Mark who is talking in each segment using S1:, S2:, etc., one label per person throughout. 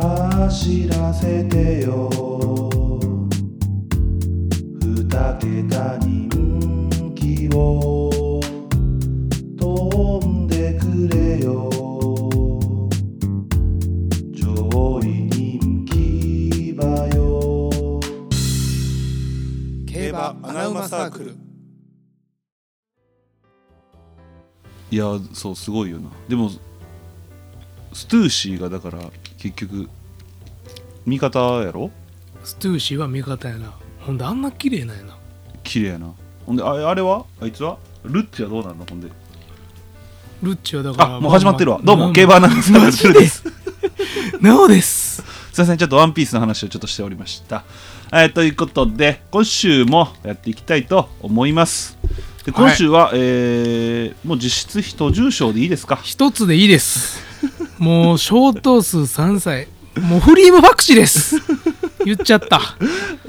S1: 走らせてよ二桁人気を飛んでくれよ上位人気馬よ
S2: 競馬アナウマサークル
S3: いやそうすごいよなでもストゥーシーがだから結局味方やろ
S4: ストゥーシーは味方やなほんであんな綺麗なんやな
S3: 綺麗やなほんであれあれはあいつはルッチはどうなんのほんで
S4: ルッチはだから
S3: あもう始まってるわ
S4: あ
S3: どうも競馬アナウンサーのルッチです
S4: なおです
S3: すいませんちょっとワンピースの話をちょっとしておりましたえーということで今週もやっていきたいと思いますで今週は、えーもう実質非途重症でいいですか
S4: 一つでいいですもう小頭数3歳もうフリームファクシです言っちゃった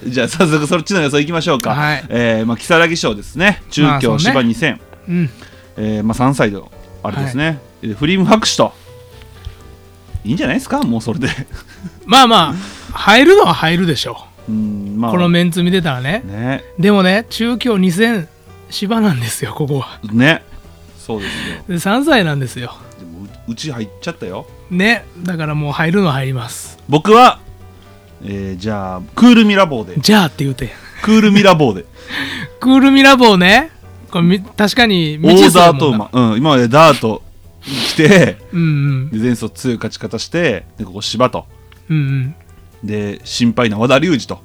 S3: じゃあ早速そっちの予想いきましょうか、
S4: はい
S3: えーまあ、如月賞ですね中
S4: まあそ
S3: 京
S4: うね
S3: 芝2000、
S4: うん
S3: えーまあ、3歳のあれですね、えーフリーム拍手といいんじゃないですかもうそれで
S4: まあまあ入るのは入るでしょ
S3: うんまあ
S4: このメンツ見てたらね
S3: ね
S4: でもね中京2000芝なんですよここは
S3: ねそうですよ
S4: で3歳なんですよ
S3: でもううち入っちゃったよ
S4: ねだからもう入るのは入ります
S3: 僕は、えーじゃあクールミラボーで
S4: じゃあって言うてん
S3: クールミラボー で
S4: クールミラボーねこれみ確かに
S3: オ
S4: 未知
S3: ー
S4: 数や
S3: ダー
S4: も
S3: と
S4: んな
S3: 馬、うん、今までダート来て
S4: うんうん
S3: で前走強い勝ち方してでここ芝と
S4: うんうん
S3: で心配な和田龍二と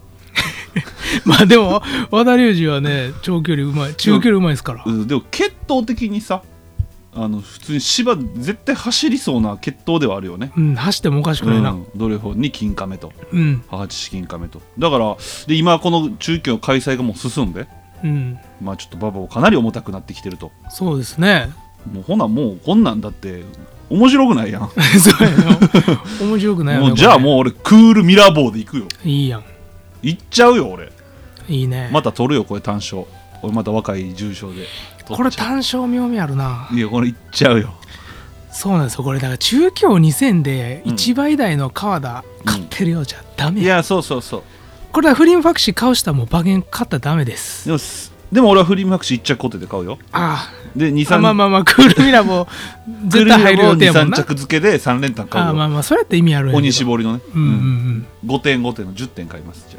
S4: まあでも和田龍二はね長距離うまい中距離うまいですから
S3: うんでも血統的にさあの普通に芝絶対走りそうな血統ではあるよね、
S4: うん走ってもおかしく
S3: う、
S4: ないなん
S3: どれほどに金亀と
S4: うん
S3: 母父金亀とだからで今この中京開催がもう進んで
S4: うん
S3: まあちょっと馬場をかなり重たくなってきてると
S4: そうですね
S3: もうほなもうこんなんだって面白くないやん
S4: そうやな面白くないよね
S3: もうじゃあ
S4: これ
S3: もう俺クールミラーボーで行く よ
S4: いいやん
S3: 行っちゃうよ俺
S4: いいね
S3: また取るよこれ単勝俺また若い重症 で
S4: これ
S3: 取っちゃ
S4: 単勝妙味あるな
S3: ういやこれ行っちゃうよ
S4: そうなんですよこれだから中京2000で1倍台の川田勝ってるようじゃダメ
S3: い
S4: や
S3: やそうそうそう
S4: これはフリンファクシー買う人はもう馬券勝ったらダメです
S3: でもすでも俺はフリーマークシー1着固定で買うよ
S4: あ
S3: で23
S4: あまあまあまあクールミラ ボ
S3: クー
S4: 絶
S3: ルミ
S4: 対
S3: ラ
S4: 入る
S3: ボ
S4: 予
S3: ー
S4: 定やもん
S3: 23
S4: な
S3: 着付けで3連単買
S4: あ
S3: う
S4: ま
S3: よ
S4: あまあそれやって意味あるんやけど
S3: 鬼絞りのね、
S4: うんうんうん
S3: 5点5点の10点買いますじゃ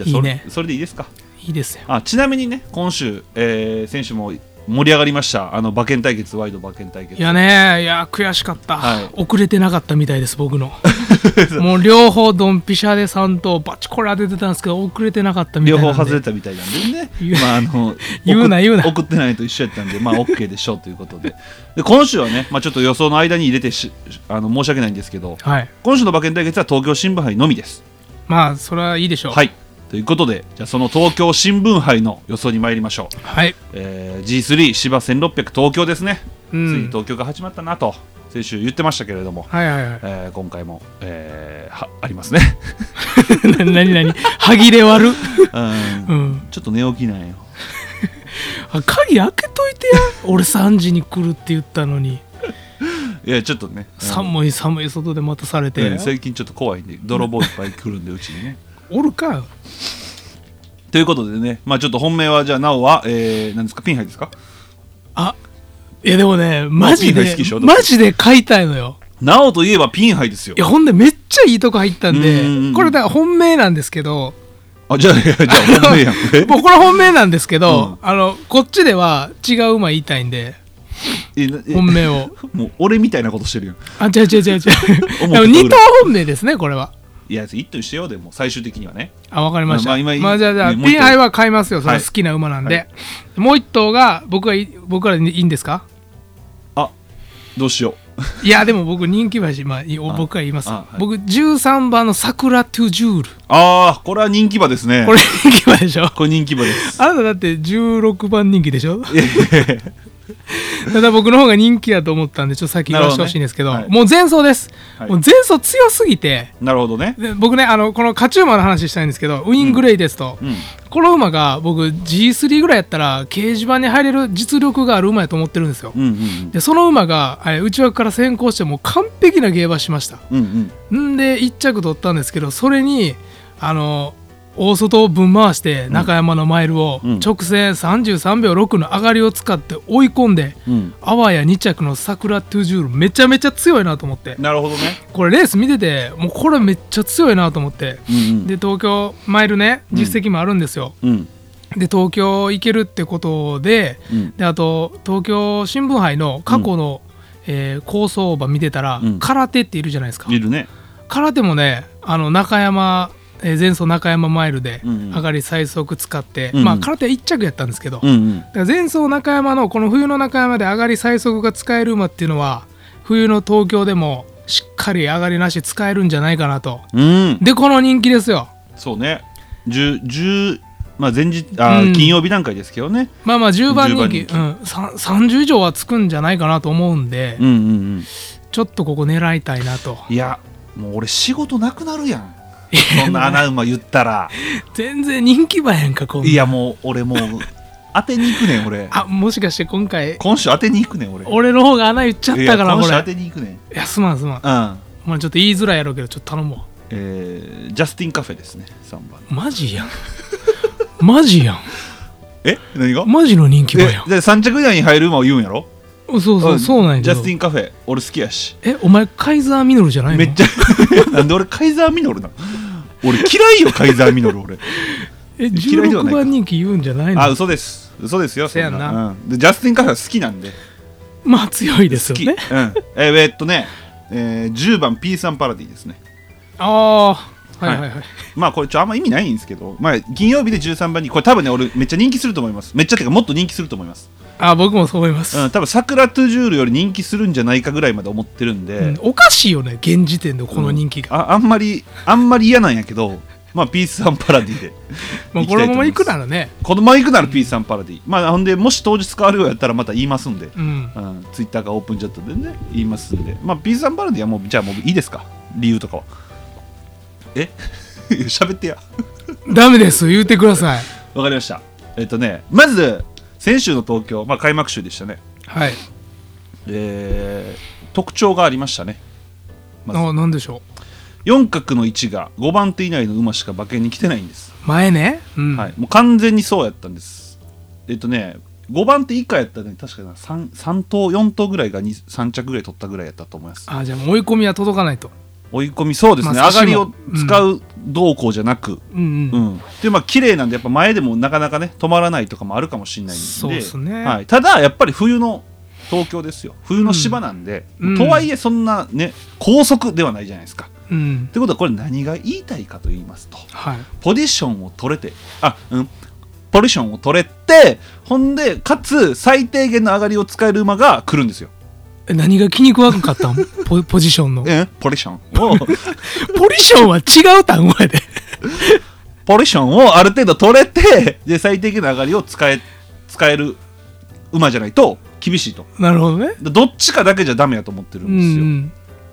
S3: あじゃあそれ
S4: いいね
S3: それでいいですか
S4: いいですよ
S3: あちなみにね今週、えー、選手も盛り上がりましたあの馬券対決ワイド馬券対決
S4: いやねいや悔しかった、
S3: はい
S4: 遅れてなかったみたいです 僕のもう両方ドンピシャで3頭バチコリ当ててたんですけど遅れてなかったみたい
S3: 両
S4: なんで
S3: 方外れたみたいなんでね
S4: 言う、
S3: まあ、あ の
S4: 言う
S3: 送
S4: な
S3: っ
S4: 言うな
S3: 送ってないと一緒やったんで、まあ、OK でしょうということでで今週はね、まあ、ちょっと予想の間に入れてしあの申し訳ないんですけど
S4: はい
S3: 今週の馬券対決は東京新聞杯のみです
S4: まあそれはいいでしょう
S3: はい。ということで、じゃあその東京新聞杯の予想に参りましょう。
S4: はい
S3: えー G3 芝1600東京ですね。
S4: う
S3: ついに
S4: ん
S3: 東京が始まったなと、先週言ってましたけれども、
S4: はいはいはい
S3: えー今回も、えーはありますね。
S4: な何何歯切れ悪
S3: うん
S4: うん
S3: ちょっと寝起きなんよ。
S4: あ鍵開けといてや俺3時に来るって言ったのに
S3: いや、ちょっとね。うん
S4: 寒い寒い外で待たされて、
S3: うん最近ちょっと怖いんで、泥棒いっぱい来るんで、うちにね。
S4: おるか
S3: ということでね、まあちょっと本命は、じゃあ、なおは、えー、何ですか、ピンハイですか
S4: あいやでもねマジ
S3: ピンハイ好
S4: で
S3: きでしょ
S4: マジで買いたいのよ
S3: なおといえばピンハイですよ
S4: い。やほんでめっちゃいいとこ入ったん
S3: う
S4: で
S3: んうんうん
S4: これだから本命なんですけど
S3: あ、じゃあ、いやじゃ あ本命やん。え
S4: 僕これ本命なんですけど、
S3: うん
S4: あのこっちでは違う馬言いたいんで
S3: えなえ
S4: 本命を
S3: もう俺みたいなことしてるよ。
S4: あ違う違う違う違う
S3: 思ったとおり
S4: でも2頭本命ですねこれはい
S3: や、一頭にしてよ、でも、最終的にはね。
S4: あわかりまし
S3: ま
S4: た、ま
S3: あ
S4: あ
S3: 今
S4: じゃあじゃあ、
S3: ねもう一頭
S4: ピンハイは買いますよそ
S3: は
S4: れはい好きな馬なんで、
S3: はい
S4: もう1頭が僕はい僕らでいいんですか
S3: あどうしよ
S4: いやでも僕人気馬やし、まあ、いい
S3: あ
S4: 僕は言います、
S3: あはい
S4: 僕13番の「桜トゥジュール
S3: う。ああ、これは人気馬ですね。」
S4: これ人気馬でしょ
S3: これ人気馬です。
S4: あなただって16番人気でしょただ僕の方が人気だと思ったんで、ちょっと先言わせてほしいんですけど、
S3: なるほどね
S4: もう前走です。
S3: はい
S4: もう前走強すぎて、
S3: なるほどね。
S4: で僕ね、あの、このカチューマの話したいんですけど、ウィングレイですと、
S3: うん。
S4: この馬が僕 G3 ぐらいやったら、掲示板に入れる実力がある馬やと思ってるんですよ。
S3: うんうん
S4: で、その馬が、あれ内枠から先行して、もう完璧な競馬しました。
S3: うん。うん
S4: んで1着取ったんですけどそれにあの大外をぶん回して中山のマイルを
S3: うん
S4: 直線33秒6の上がりを使って追い込んで、
S3: うん。
S4: あわや2着の桜トゥジュールめちゃめちゃ強いなと思って
S3: うん。なるほどね。
S4: これレース見ててもうこれめっちゃ強いなと思って
S3: うん
S4: で東京マイルね
S3: うん
S4: 実績もあるんですよ、
S3: うん。うん。
S4: で東京行けるってことで
S3: うん。
S4: であと東京新聞杯の過去の、えー構想馬見てたら、
S3: うん
S4: 空手っているじゃないですか
S3: いるね。
S4: 空手もねあの中山、えー前走中山マイルで
S3: うんうん
S4: 上がり最速使って、
S3: うんうん
S4: まあ空手は1着やったんですけど、
S3: うんうん。
S4: だから前走中山のこの冬の中山で上がり最速が使える馬っていうのは冬の東京でもしっかり上がりなし使えるんじゃないかなと
S3: うん。
S4: でこの人気ですよ
S3: そうね。十十まあ前日あ
S4: うん
S3: ー金曜日段階ですけどね。
S4: まあまあ10番人気
S3: 10
S4: うん、さ30以上はつくんじゃないかなと思うんで、
S3: うんうんうん。
S4: ちょっとここ狙いたいなと
S3: いやもう俺仕事なくなるやん。そんな穴馬言ったら。
S4: 全然人気馬やんか今度
S3: いやもう俺もう当てに行くねん俺。
S4: あもしかして今回
S3: 今週当てに行くねん俺。
S4: 俺の方が穴言っちゃっ
S3: い
S4: た
S3: や
S4: から
S3: 今
S4: こ
S3: 週
S4: れ
S3: 当てに行くねん。
S4: いやすまんすまん
S3: うん。
S4: まあちょっと言いづらいやろうけどちょっと頼も
S3: えージャスティンカフェですね3番。
S4: うマジやんマジやん
S3: え何が？
S4: マジの人気馬やん
S3: えで3着以内に入る馬を言うんやろ
S4: そうそうそうなんや
S3: ジ
S4: け
S3: ャ
S4: ど
S3: スティンカフェ俺好きやし
S4: えお前カイザーミノルじゃないの
S3: めっちゃ なんで俺カイザーミノルなの俺嫌いよカイザーミノル俺
S4: え
S3: 嫌いでは
S4: 16
S3: ないか
S4: 番人気言うんじゃないの
S3: あ嘘です嘘ですよ
S4: せやんな
S3: そんうんでジャスティンカフェは好きなんで
S4: まあ強いです
S3: 好
S4: よ
S3: き、
S4: ね
S3: うんえーえーっとね、えー10番 P さんパラディですね
S4: ああはいはいはい、
S3: まあこれちょあんま意味ないんですけど、まあ、金曜日で13番にこれ多分ね俺めっちゃ人気すると思いますめっちゃてかもっと人気すると思います、
S4: あ僕もそう思います、
S3: うん、多分桜トゥジュールより人気するんじゃないかぐらいまで思ってるんで、
S4: うんおかしいよね現時点でこの人気が、
S3: ああんまりあんまり嫌なんやけどまあピース・サン・パラデ ィで
S4: まあ、このまま
S3: 行
S4: 行
S3: きたいと思いま
S4: く
S3: す
S4: ならね
S3: このまま行くならピース・サン・パラディまあほんでもし当日変わるようやったらまた言いますんで、
S4: うん
S3: うん、ツイッターがオープンチャットでね言いますんでまあピース・サン・パラディはもうじゃあもういいですか理由とかはえ 喋ってや
S4: ダメです言ってください
S3: わかりましたえっとねまず先週の東京、まあ、開幕週でしたね
S4: はい
S3: えー特徴がありましたねまず
S4: あなんでしょ
S3: 4角の位置が5番手以内の馬しか馬券に来てないんです
S4: う前ねうん、
S3: はい、もう完全にそうやったんですえっとね5番手以下やったらね確かな 3, 3頭4頭ぐらいが2 3着ぐらい取ったぐらいやったと思います
S4: あじゃあもう追い込みは届かないと
S3: 追い込みそうですね、
S4: まあ
S3: 上がりを
S4: 差しも
S3: 使う動向じゃなく、う
S4: うんうん、
S3: んでまあ綺麗なんでやっぱ前でもなかなかね止まらないとかもあるかもしれないんで
S4: そうですね
S3: はい、ただやっぱり冬の東京ですよ冬の芝なんで、
S4: うん
S3: とはいえそんなね高速ではないじゃないですか。
S4: うん
S3: ってことはこれ何が言いたいかと言いますと、
S4: はい
S3: ポジションを取れてあうんポジションを取れてほんでかつ最低限の上がりを使える馬が来るんですよ。
S4: え何が気に食わんかったんポポジションのポ
S3: えポジションを
S4: ジションは違う単語やで
S3: ポジションをある程度取れて で最低限の上がりを使え使える馬じゃないと厳しいと
S4: なるほどね
S3: でどっちかだけじゃダメやと思ってる
S4: うん
S3: で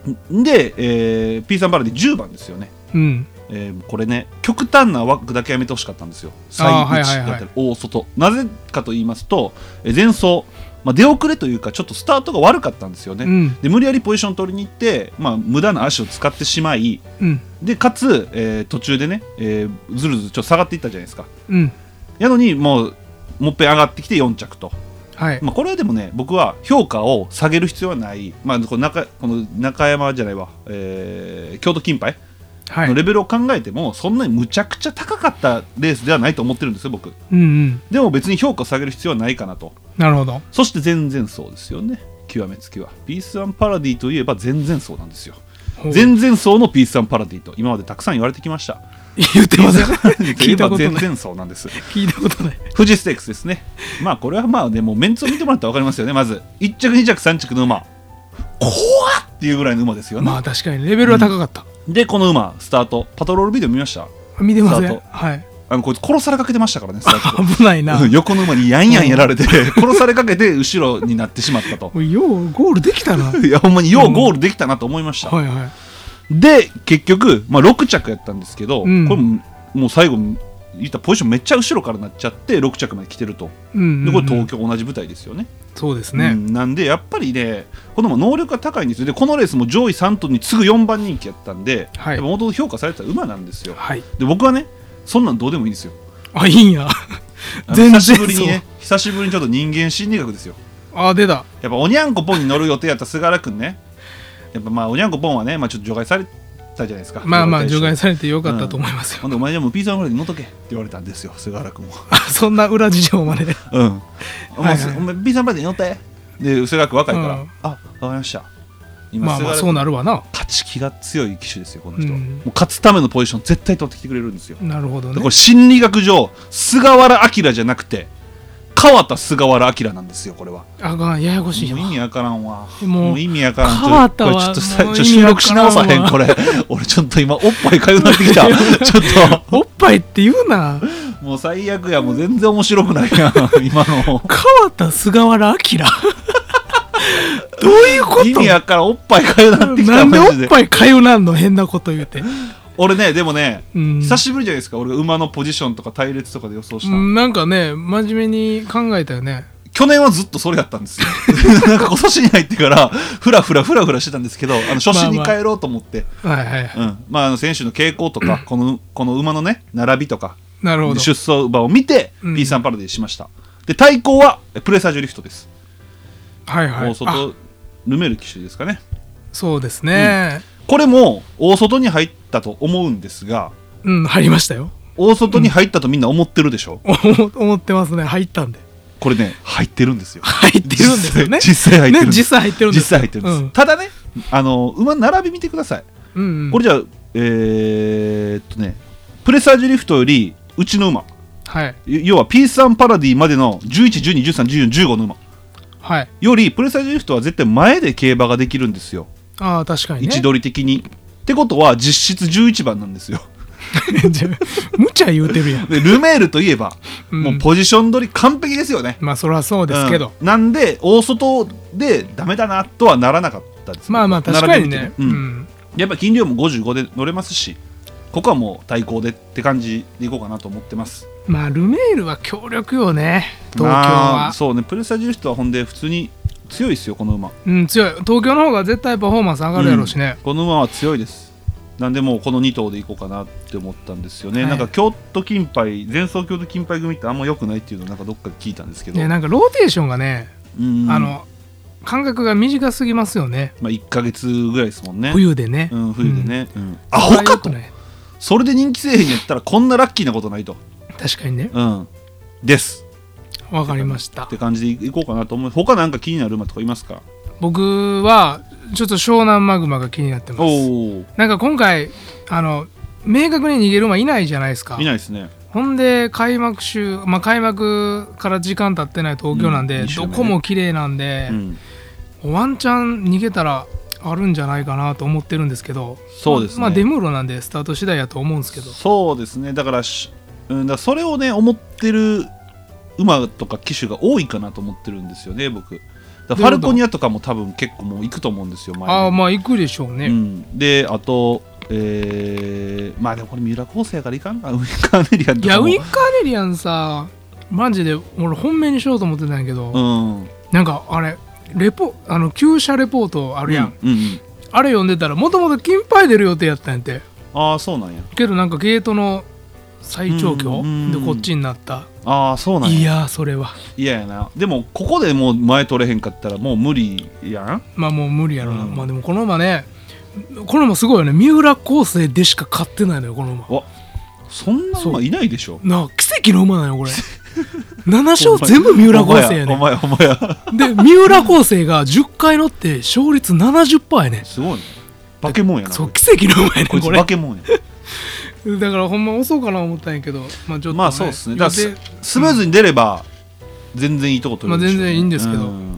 S3: すよ。
S4: ん
S3: で、えー、P さんバラで10番ですよね。
S4: うん
S3: えーこれね極端な枠だけやめてほしかったんですよ最内
S4: あーはいはいはい
S3: だったり大外なぜかと言いますとえー前走、まあ、出遅れというかちょっとスタートが悪かったんですよね、
S4: うん
S3: で無理やりポジション取りに行って、まあ、無駄な足を使ってしまい
S4: うん
S3: でかつ、えー途中でね、えーずるずるちょっと下がっていったじゃないですか
S4: うん
S3: やのにもうもっぺん上がってきて4着と、
S4: はい
S3: まあ、これはでもね僕は評価を下げる必要はない、まあ、この中この中山じゃないわ、えー京都金杯
S4: は
S3: の
S4: い
S3: レベルを考えてもそんなにむちゃくちゃ高かったレースではないと思ってるんですよ僕
S4: うんうん
S3: でも別に評価を下げる必要はないかなと
S4: なるほど
S3: そして全然そうですよね極めつきはピースワンパラディといえば全然そうなんですよ
S4: ほう
S3: 全然そうのピースワンパラディと今までたくさん言われてきました
S4: 言ってません
S3: 聞
S4: 聞
S3: い
S4: い
S3: た
S4: た
S3: こ
S4: ことと
S3: な
S4: ないい
S3: 全然そうなんです
S4: 聞いたことない
S3: 富士ステークスですねまあこれはまあねもうメンツを見てもらったら分かりますよねまず1着2着3着の馬怖っっていうぐらいの馬ですよね、
S4: まあ確かにレベルは高かった
S3: でこの馬スタートパトロールビデオ見ました
S4: 見てませ
S3: スター
S4: ん
S3: ト
S4: はい
S3: あのこいつ殺されかけてましたからねスタート
S4: 危ないな
S3: うん 横の馬にやんやんやられて、殺されかけて後ろになってしまったと
S4: おいようゴールできたなはい
S3: いやほんまにようゴールできたなと思いました、
S4: はい
S3: で結局、まあ、6着やったんですけど、
S4: うん
S3: これももう最後言ったらポジションめっちゃ後ろからなっちゃって6着まで来てると
S4: うんうんうん
S3: でこれ東京同じ舞台ですよね,
S4: そうです
S3: うん、
S4: ね、
S3: なんでやっぱりねこの馬能力が高いんですよでこのレースも上位3頭に次ぐ4番人気やったんで
S4: はい
S3: もともと評価されてた馬なんですよ
S4: はい
S3: で僕はねそんなんどうでもいいんですよ
S4: あいいんや
S3: あの
S4: 全然
S3: 久しぶりにね
S4: そ
S3: 久しぶりにちょっと人間心理学ですよ
S4: うあ出た
S3: やっぱおにゃんこぽんに乗る予定やった菅原君ねやっぱまあおにゃんこぽんはね、まあ、ちょっと除外されたじゃないですか
S4: まあまあ除
S3: され
S4: 外されてよかったと思いますよ、
S3: ほんでお前じゃもうピーザーぐらいに乗っとけって言われたんですよ菅原君 も
S4: そんな裏事情まで
S3: うん、お前
S4: はいはい
S3: お前ピーザーまでに乗ってで菅原君若いから、
S4: うん
S3: あわかりました今
S4: まあ
S3: 菅
S4: まあ
S3: 原
S4: そう
S3: 君
S4: なるわな
S3: 勝ち気が強い騎手ですよこの人は、
S4: うん
S3: もう勝つためのポジション絶対取ってきてくれるんですよ、
S4: なるほど
S3: で
S4: ね
S3: これ心理学上菅原明じゃなくて川田菅原明なんですよこれは
S4: あかんややこしい
S3: も
S4: わ
S3: う意味わからんわ
S4: もう
S3: もう意味わからんちょ
S4: 川田は
S3: これちょっとさち
S4: も
S3: ょ
S4: う
S3: っと収録
S4: 意
S3: し
S4: 味わ
S3: 直
S4: か
S3: さ
S4: らんわ
S3: へんこれ 俺ちょっと今おっぱいかゆなってきた ちょっ
S4: おっぱいって言うな
S3: ともう最悪やもう全然面白くないや ん今の
S4: 川田菅原明 どういうこ
S3: 意味
S4: と
S3: わからんおっぱいかゆなってき
S4: な
S3: た
S4: んで
S3: マジ
S4: おっ
S3: で
S4: ぱいかゆなんの変なこと言うて、
S3: 俺ねでもね
S4: うん、
S3: 久しぶりじゃないですか俺が馬のポジションとか隊列とかで予想した
S4: うんなんかね真面目に考えたよね
S3: 去年はずっとそれやったんですよ なんか今年に入ってからフラフラフラフラしてたんですけどあの初心に帰ろうと思って
S4: はいはい、
S3: うんまああの選手の傾向とかこのこの馬のね並びとか
S4: なるほ
S3: で
S4: ど
S3: 出走馬を見て、
S4: うん
S3: P3 パロディしましたで対抗はえプレサージュリフトです、
S4: はいはい
S3: 大
S4: あ
S3: 外ルメール騎手ですかね
S4: そうですね
S3: これも大外に入ったと思うんですが
S4: うん、入りましたよ
S3: 大外に入ったとみんな思ってるでしょ、
S4: 思ってますね入ったんで
S3: これね入ってるんですよ
S4: 入ってるんですよね
S3: 実際実際入ってるん
S4: ね
S3: です
S4: 実際入って
S3: 実際入って
S4: るんですよ
S3: るんです、ただねあの馬の並び見てください、
S4: うん、うんうん
S3: これじゃあえー、っとねプレサージュリフトよりうちの馬
S4: はい
S3: 要は P3 パラディまでの1112131415の馬
S4: はい
S3: よりプレサージュリフトは絶対前で競馬ができるんですよ
S4: ああ確かに
S3: 位
S4: ね
S3: 置取り的に。ってことは実質11番なんですよ。
S4: じゃあ 無茶言うてるやん
S3: でルメールといえば、
S4: うん
S3: もうポジション取り完璧ですよね。
S4: まあそりゃそうですけど、
S3: うんなんで大外でダメだなとはならなかったです
S4: まあまあ確かに
S3: 並
S4: ね
S3: べてみてうんやっぱ金量も55で乗れますしここはもう対抗でって感じでいこうかなと思ってます。
S4: うんまあルメールは強力よね東京
S3: まあ
S4: は
S3: そうねプレサージュリフトはほんで普通に強いですよこの馬。
S4: うん強い東京の方が絶対パフォーマンス上がるやろうしね、
S3: この馬は強いですなんでもうこの2頭でいこうかなって思ったんですよね、
S4: はい
S3: なんか京都金杯前走京都金杯組ってあんま良くないっていうのをなんかどっかで聞いたんですけど、
S4: ねなんかローテーションがね、
S3: うん
S4: あの間隔が短すぎますよね
S3: まあ、1か月ぐらいですもんね
S4: 冬でね、
S3: うん、冬でね、うんア
S4: あ
S3: ホかと
S4: ね
S3: それで人気せえへんやったらこんなラッキーなことないと、
S4: 確かにね
S3: うん、です
S4: わかりました
S3: って感じでいこうかなと思う他なんか気になる馬とかいますか
S4: 僕はちょっと湘南マグマが気になってま
S3: お
S4: す
S3: お
S4: なんか今回あの明確に逃げる馬いないじゃないですか
S3: いないですね
S4: ほんで開幕週、まあ、開幕から時間経ってない東京なんで、
S3: うんいい週だ
S4: ど
S3: ね
S4: こも綺麗なんで
S3: う、ん
S4: ワンチャン逃げたらあるんじゃないかなと思ってるんですけど
S3: そうですね
S4: まあまあデムーロなんでスタート次第やと思うんですけど
S3: そうですねだからし、うん、だからそれをね思ってる馬とか騎手が多いかなと思ってるんですよね僕だからファルコニアとかも多分結構もう行くと思うんですよ前に
S4: ああまあ行くでしょうね、
S3: うん、であとえー、まあでもこれ三浦昴生やからいかんかウィンカーネリアン
S4: い
S3: と
S4: や
S3: か
S4: ウ
S3: も
S4: ィンカーネリアンさマジで俺本命にしようと思ってたんやけど、
S3: うん
S4: なんかあれレポあの旧車レポートあるやん、
S3: うんうん
S4: あれ読んでたらもともと金牌出る予定やったんやて
S3: ああそうなんや
S4: けどなんかゲートの最長距
S3: うん
S4: でこっちになった
S3: ああそうなん
S4: い
S3: や
S4: やーそれはい
S3: ややなでもここでもう前取れへんかったらもう無理やん
S4: まあもう無理やろな、
S3: うん
S4: まあでもこの馬ねこの馬すごいよね三浦昴生でしか勝ってないのよこの馬
S3: おそんな馬いないでしょ
S4: なあ奇跡の馬なのよこれ 7勝全部三浦昴生や
S3: お前
S4: ね
S3: お前お前や
S4: で三浦昴生が10回乗って勝率70%やね
S3: すごいねバケモンやな
S4: そう奇跡の馬やね
S3: こいつ
S4: これ
S3: 化け物や
S4: だからほんま押そうかな思ったんやけどまあちょっと、
S3: まあそうですねだから
S4: 予
S3: ス
S4: 定
S3: スムーズに出れば全然いいとこ取れるでしょうね
S4: まあ全然いいんですけど
S3: うん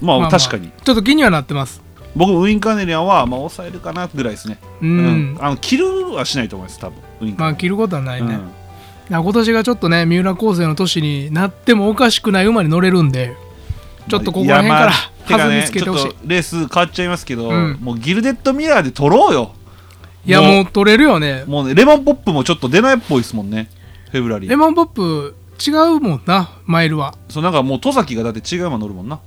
S3: まあ、
S4: まあまあ
S3: 確かに
S4: ちょっと気にはなってます
S3: 僕もウィンカーネリアンはまあ抑えるかなぐらいですね
S4: う、
S3: うんあの切るはしないと思います多分ウィンカ
S4: ま
S3: ー
S4: あ
S3: ネ
S4: 着ることはない
S3: リアン
S4: ね、
S3: うん
S4: だから今年がちょっとね三浦高生の年になってもおかしくない馬に乗れるんでちょっとここら辺から弾みつけてほしい
S3: いやまあてかね、ちょっとレース変わっちゃいますけど、
S4: うん
S3: もうギルデッドミラーで取ろうよ
S4: いやもう取れるよね
S3: もうねレモンポップもちょっと出ないっぽいですもんねフェブラリ
S4: レ
S3: ー
S4: モンポップ違うもんなマイルは
S3: そうなんかもう戸崎がだって違う馬乗るもんな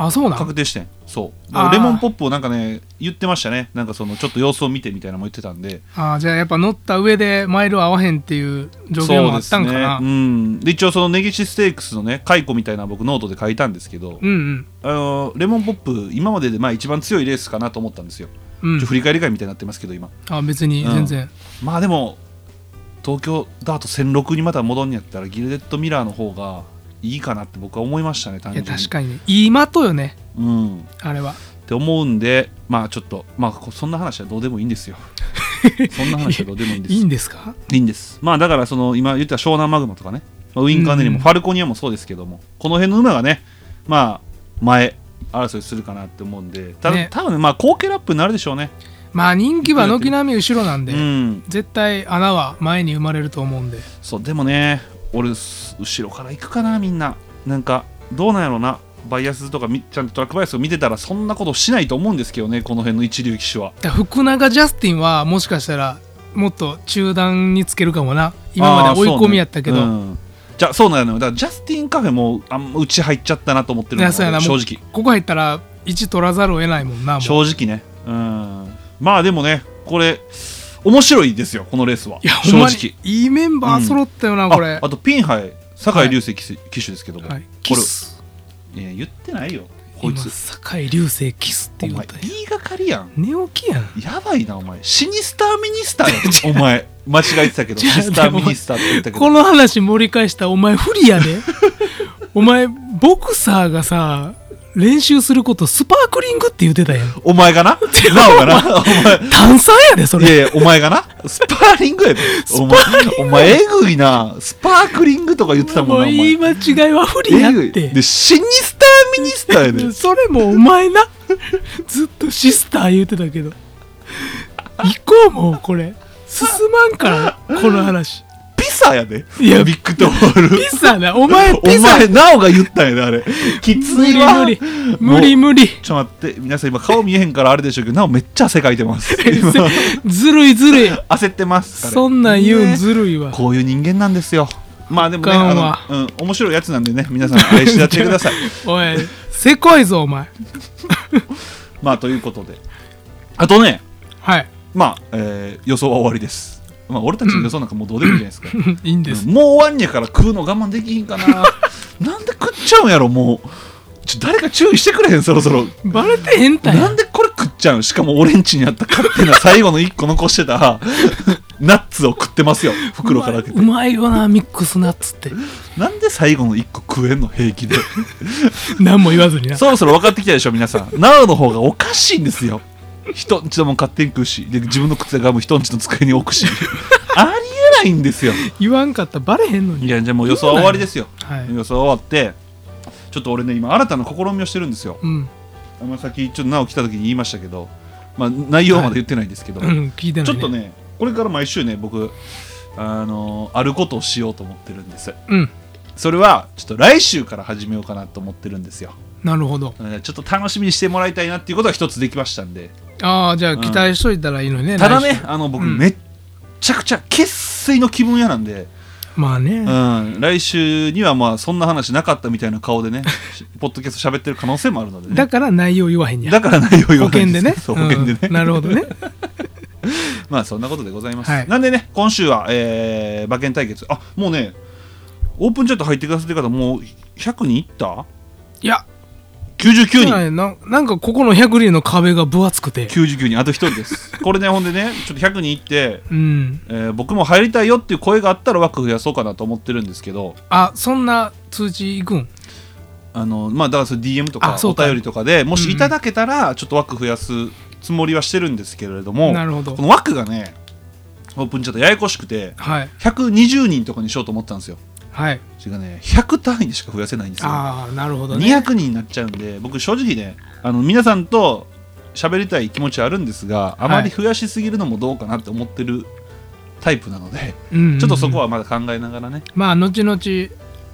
S4: あそうなん
S3: 確定してんそう
S4: あー
S3: レモンポップをなんかね言ってましたねなんかそのちょっと様子を見てみたいなのも言ってたんで
S4: あーじゃあやっぱ乗った上でマイルは合わへんっていう条件もあったんか
S3: そうで
S4: な
S3: すねうんで一応その根岸ステークスのね解雇みたいなの僕ノートで書いたんですけど、
S4: うんうん
S3: あのレモンポップ今まででまあ一番強いレースかなと思ったんですよ、
S4: う
S3: ちょ
S4: ん
S3: 振り返り会みたいになってますけど今
S4: あ別に全然、
S3: まあでも東京ダート1006にまた戻んやったらギルデッドミラーの方がいいかなって僕は思いましたね単
S4: いや
S3: 純に
S4: 確かにね今とよね
S3: うん
S4: あれは
S3: って思うんでまあちょっとまあこそんな話はどうでもいいん ですよそんな話はどうでもいいんです
S4: いいんですか
S3: いいんですまあだからその今言った湘南マグマとかねまあウインカーネリも
S4: うん
S3: ファルコニアもそうですけども、この辺の馬がねまあ前争いするかなって思うんでただ、
S4: ね
S3: 多分ねまあ後継ラップになるでしょうね
S4: まあ人気馬軒並み後ろなんで、
S3: うん
S4: 絶対穴は前に生まれると思うんで
S3: そうでもね俺す後ろから行くかなみんななんかどうなんやろうなバイアスとかみちゃんとトラックバイアスを見てたらそんなことしないと思うんですけどねこの辺の一流騎手は
S4: だから福永ジャスティンはもしかしたらもっと中段につけるかもな今まで追い込みやったけど、
S3: あーそうねうんじゃそうなのよだからジャスティンカフェもあんまうち入っちゃったなと思ってる
S4: い
S3: の
S4: やそうやな
S3: 正
S4: もう
S3: 直
S4: ここ入ったら1取らざるを得ないもんなもう
S3: 正直ねうんまあでもねこれ面白いですよこのレースはい
S4: やほ
S3: 正
S4: んまに
S3: 直
S4: いいメンバー揃ったよな、これ
S3: ああとピンハイ酒井隆成騎手騎手ですけども、
S4: はい、
S3: こ
S4: キス
S3: れいや言ってないよこい
S4: 今
S3: つ
S4: 酒井流星キスって
S3: お
S4: 言う
S3: 前
S4: たやん
S3: 言いがかりやん
S4: 寝起きやん
S3: やばいなお前シニスターミニスタ ーやんお前間違えてたけど
S4: 違
S3: シ
S4: う
S3: ニスターミニスターって言ったけど
S4: この話盛り返したらお前不利 やでお前ボクサーがさ練習することスパークリングって言ってたやん
S3: お前がななおがなお前
S4: 炭酸やでそ
S3: いや
S4: れ
S3: いやお前がなスパーリングやでお前お前えぐいなスパークリングとか言ってたもん
S4: も
S3: な
S4: う
S3: お前
S4: 言い間違いは不利や
S3: え
S4: っ
S3: ぐい
S4: て
S3: でシニスターミニスターやで
S4: それもお前な ずっとシスター言ってたけど行こうもうこれ進まんからこの話
S3: ピザやで
S4: いや
S3: ビッグトール
S4: ピザなお前
S3: お
S4: ピザ
S3: 前なおが言ったんやであれきつ
S4: 無
S3: い
S4: 理
S3: わ
S4: 無理無理
S3: もう
S4: 無理
S3: ちょっと待って皆さん今顔見えへんからあれでしょうけどなおめっちゃ汗かいてます 今
S4: ずるいずるい
S3: 焦ってます彼
S4: そんなん言うん
S3: ね
S4: ずるいわ
S3: こういう人間なんですよまあでもね
S4: あかんわ
S3: あの、うん、面白いやつなんでね皆さん愛しやってく ださい
S4: おいせこいぞお前
S3: まあということであとね
S4: はい
S3: まあ、えー予想は終わりですまあ俺たちの予想なんかもうどうでもいいじゃないですか
S4: うんいいんです
S3: もう終わんねやから食うの我慢できひんか ななんで食っちゃうんやろもうちょ誰か注意してくれへんそろそろ
S4: バレてへんた
S3: な
S4: や
S3: んでこれ食っちゃうんしかも俺んちにあった勝手な最後の1個残してた ナッツを食ってますよ袋から開け
S4: う
S3: て
S4: まいよなミックスナッツって
S3: なんで最後の1個食えんの平気で
S4: 何も言わずにな
S3: そろそろ分かってきたでしょ皆さんなおの方がおかしいんですよ人んちのもん勝手に食うしで自分の靴でガム人んちの机に置くし ありえないんですよ
S4: 言わんかったらバレへんのに
S3: いやじゃあもう予想は終わりですよ、
S4: はい
S3: 予想終わってちょっと俺ね今新たな試みをしてるんですよ
S4: うん
S3: あのさっきちょっとなお来た時に言いましたけど、まあ、内容まで言ってないんですけど、
S4: うん聞いてない
S3: ちょっとねこれから毎週ね僕あのあることをしようと思ってるんです
S4: うん
S3: それはちょっと来週から始めようかなと思ってるんですよ
S4: なるほど
S3: なのでちょっと楽しみにしてもらいたいなっていうことが一つできましたんで
S4: ああじゃあ期待しといたらいいのにね、
S3: ただ
S4: 来週
S3: ねあの僕
S4: うん
S3: めっちゃくちゃ決水の気分屋なんで、
S4: まあね、
S3: うん、来週にはまあそんな話なかったみたいな顔で ねポッドキャスト喋ってる可能性もあるのでね
S4: だから内容言わへんや
S3: だから内容言
S4: 保
S3: わない
S4: 険
S3: ん
S4: です
S3: け
S4: ね
S3: ど そう保険でね、
S4: うんなるほど ね
S3: まあそんなことでございます、
S4: はい
S3: なんでね今週は、えー、馬券対決あもうねオープンチャット入ってくださってる方もう100人いった
S4: いや
S3: ?99 人
S4: ななんかここの100人の壁が分厚くて
S3: 99人あと1人ですこれねほんでねちょっと100人いって、
S4: うん
S3: えー僕も入りたいよっていう声があったら枠増やそうかなと思ってるんですけど
S4: あそんな通知いくん
S3: あのまあだからそれ DM とか
S4: あそ
S3: お
S4: うか
S3: 便りとかでも
S4: うん
S3: し
S4: うん
S3: いただけたらちょっと枠増やすつもりはしてるんですけれども
S4: なるほど
S3: この枠がねオープンチャットややこしくて
S4: はい
S3: 120人とかにしようと思ったんですよ
S4: はい
S3: それがね100単位でしか増やせないんですよ
S4: ああなるほどね
S3: 200人になっちゃうんで僕正直ねあの皆さんと喋りたい気持ちはあるんですがあまり増やしすぎるのもどうかなって思ってるタイプなので、
S4: うんうん
S3: ちょっとそこはまだ考えながらね。
S4: まあ後々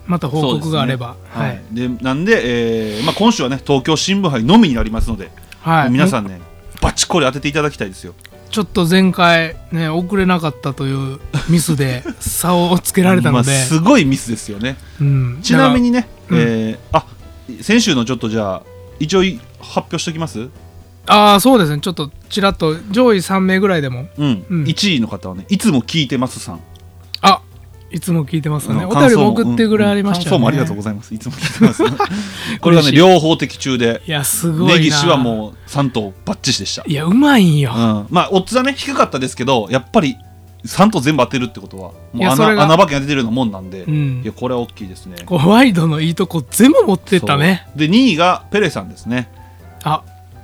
S4: また報告があれば、
S3: は
S4: はいい、
S3: でなんで、えーまあ、今週はね東京新聞杯のみになりますので、
S4: はい、
S3: 皆さ
S4: ん
S3: んねバチコリ当てていただきたいですよ。
S4: ちょっと前回ね遅れなかったというミ スで差をつけられたので
S3: まあ、すごいミスですよね。
S4: うん、
S3: ちなみにね、
S4: うん
S3: えーあ先週のちょっとじゃあ一応い発表しておきます、
S4: だからああそうですねちょっとちらっと上位3名ぐらいでも
S3: うん
S4: うん
S3: 1位の方はねいつも聞いてますさん
S4: あいつも聞いてます
S3: あ
S4: ね、
S3: の
S4: お便りも
S3: 感想
S4: 送ってぐらいありましたよね、
S3: うん感想もありがとうございますいつも聞い てますこれが
S4: 嬉
S3: ね
S4: しい
S3: 両方的中で
S4: いやすごいな
S3: 根岸はもう3頭バッチシでした、うん
S4: いやうまいんよ、
S3: まあオッズはね低かったですけどやっぱり3頭全部当てるってことはも
S4: いうやそれ
S3: 穴
S4: が
S3: 穴馬券が出てるようなもんなんで、
S4: うん
S3: いやこれは大きいですね
S4: こうワイドのいいとこ全部持ってったね
S3: そうで2位がペレさんですね
S4: あ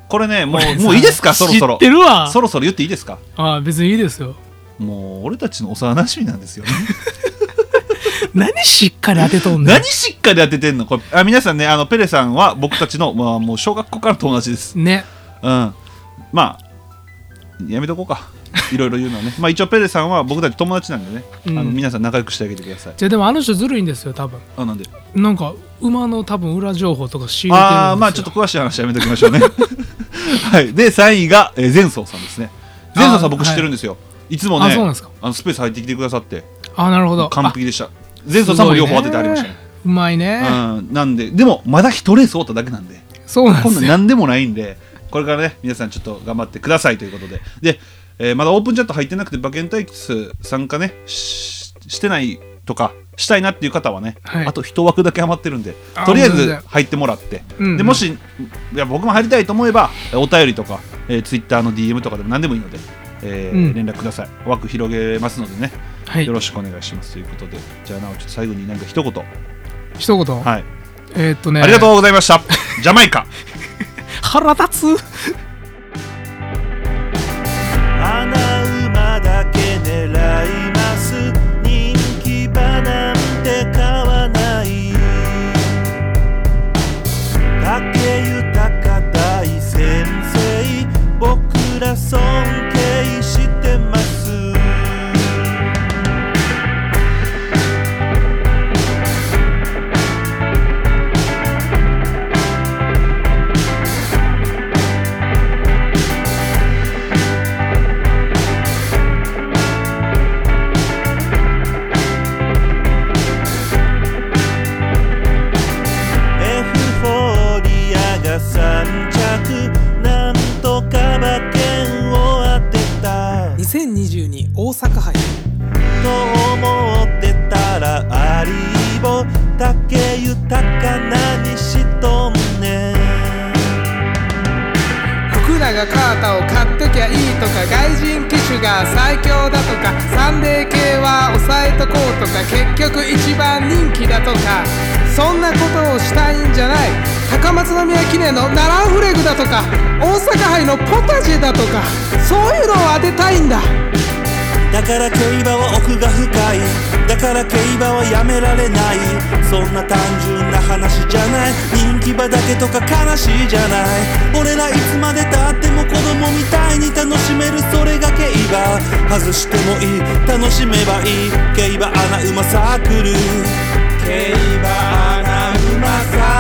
S3: これねも
S4: 俺
S3: う
S4: さ
S3: もういいですかそろそろ
S4: 知ってるわ
S3: そろそろ言っていいですか
S4: ああ別にいいですよ
S3: もう俺たちの幼馴染なんですよね。
S4: 何しっかり当てとんねん
S3: 何しっかり当ててんのこれあ皆さんねあのペレさんは僕たちの、まあ、もう小学校から友達です。
S4: ね
S3: うん。まあやめとこうか。いろいろ言うのはね。まあ一応ペレさんは僕たち友達なんでね、
S4: うん
S3: あの皆さん仲良くしてあげてください。
S4: じゃあでもあの人ずるいんですよ多分
S3: あなんで
S4: なんか馬の多分裏情報とか仕入れてるんですよ
S3: あーまあちょっと詳しい話やめときましょ うね。はい、で3位が、えー、前奏さんですね。前奏さ
S4: あー
S3: ん僕知ってるんですよ。い、つも
S4: あ
S3: ね
S4: そうなんですか
S3: あのスペース入ってきてくださって
S4: あなるほど
S3: 完璧でした。前奏さんも両方当ててありましたね
S4: すごいねうまいね、
S3: うん、なんででもまだ一レース終わっただけなんで
S4: そうなんで
S3: 今度
S4: すよ
S3: 何でもないんでこれからね皆さんちょっと頑張ってくださいということでで、えーまだオープンチャット入ってなくて馬券対決参加ねししてないとかしたいなっていう方はね、
S4: はい
S3: あと一枠だけ余ってるんで
S4: あ
S3: とりあえ
S4: 全
S3: ず
S4: 然
S3: 入ってもらって、
S4: うんうん
S3: でもしいや僕も入りたいと思えばお便りとか、えー、Twitter の DM とかでも何でもいいので、えー
S4: うん
S3: 連絡ください枠広げますのでね、
S4: はい
S3: よろしくお願いしますということでじゃあなおちょっと最後に何か一言は
S4: 一言、
S3: い
S4: えーっとね
S3: ありがとうございました。ジャマイカ。
S4: 腹立つ
S1: 穴馬だけ狙います人気馬なんて買わない竹豊大先生僕ら尊敬してますエフフォーリアが3着なんとか馬券を当てた
S4: 2022大阪杯
S1: と思ってたらアリーボ竹豊何しとんねん
S4: 福永カータを買っときゃいいとか外人機種が最強だとかサンデー系は抑えとこうとか結局一番人気だとかそんなことをしたいんじゃない高松宮記念のナランフレグだとか大阪杯のポタジェだとかそういうのを当てたいんだ
S1: だから競馬は奥が深いだから競馬はやめられないそんな単純な話じゃない人気馬だけとか悲しいじゃない俺らいつまでたっても子供みたいに楽しめるそれが競馬外してもいい楽しめばいい競馬アナウマサークル競馬アナウマサークル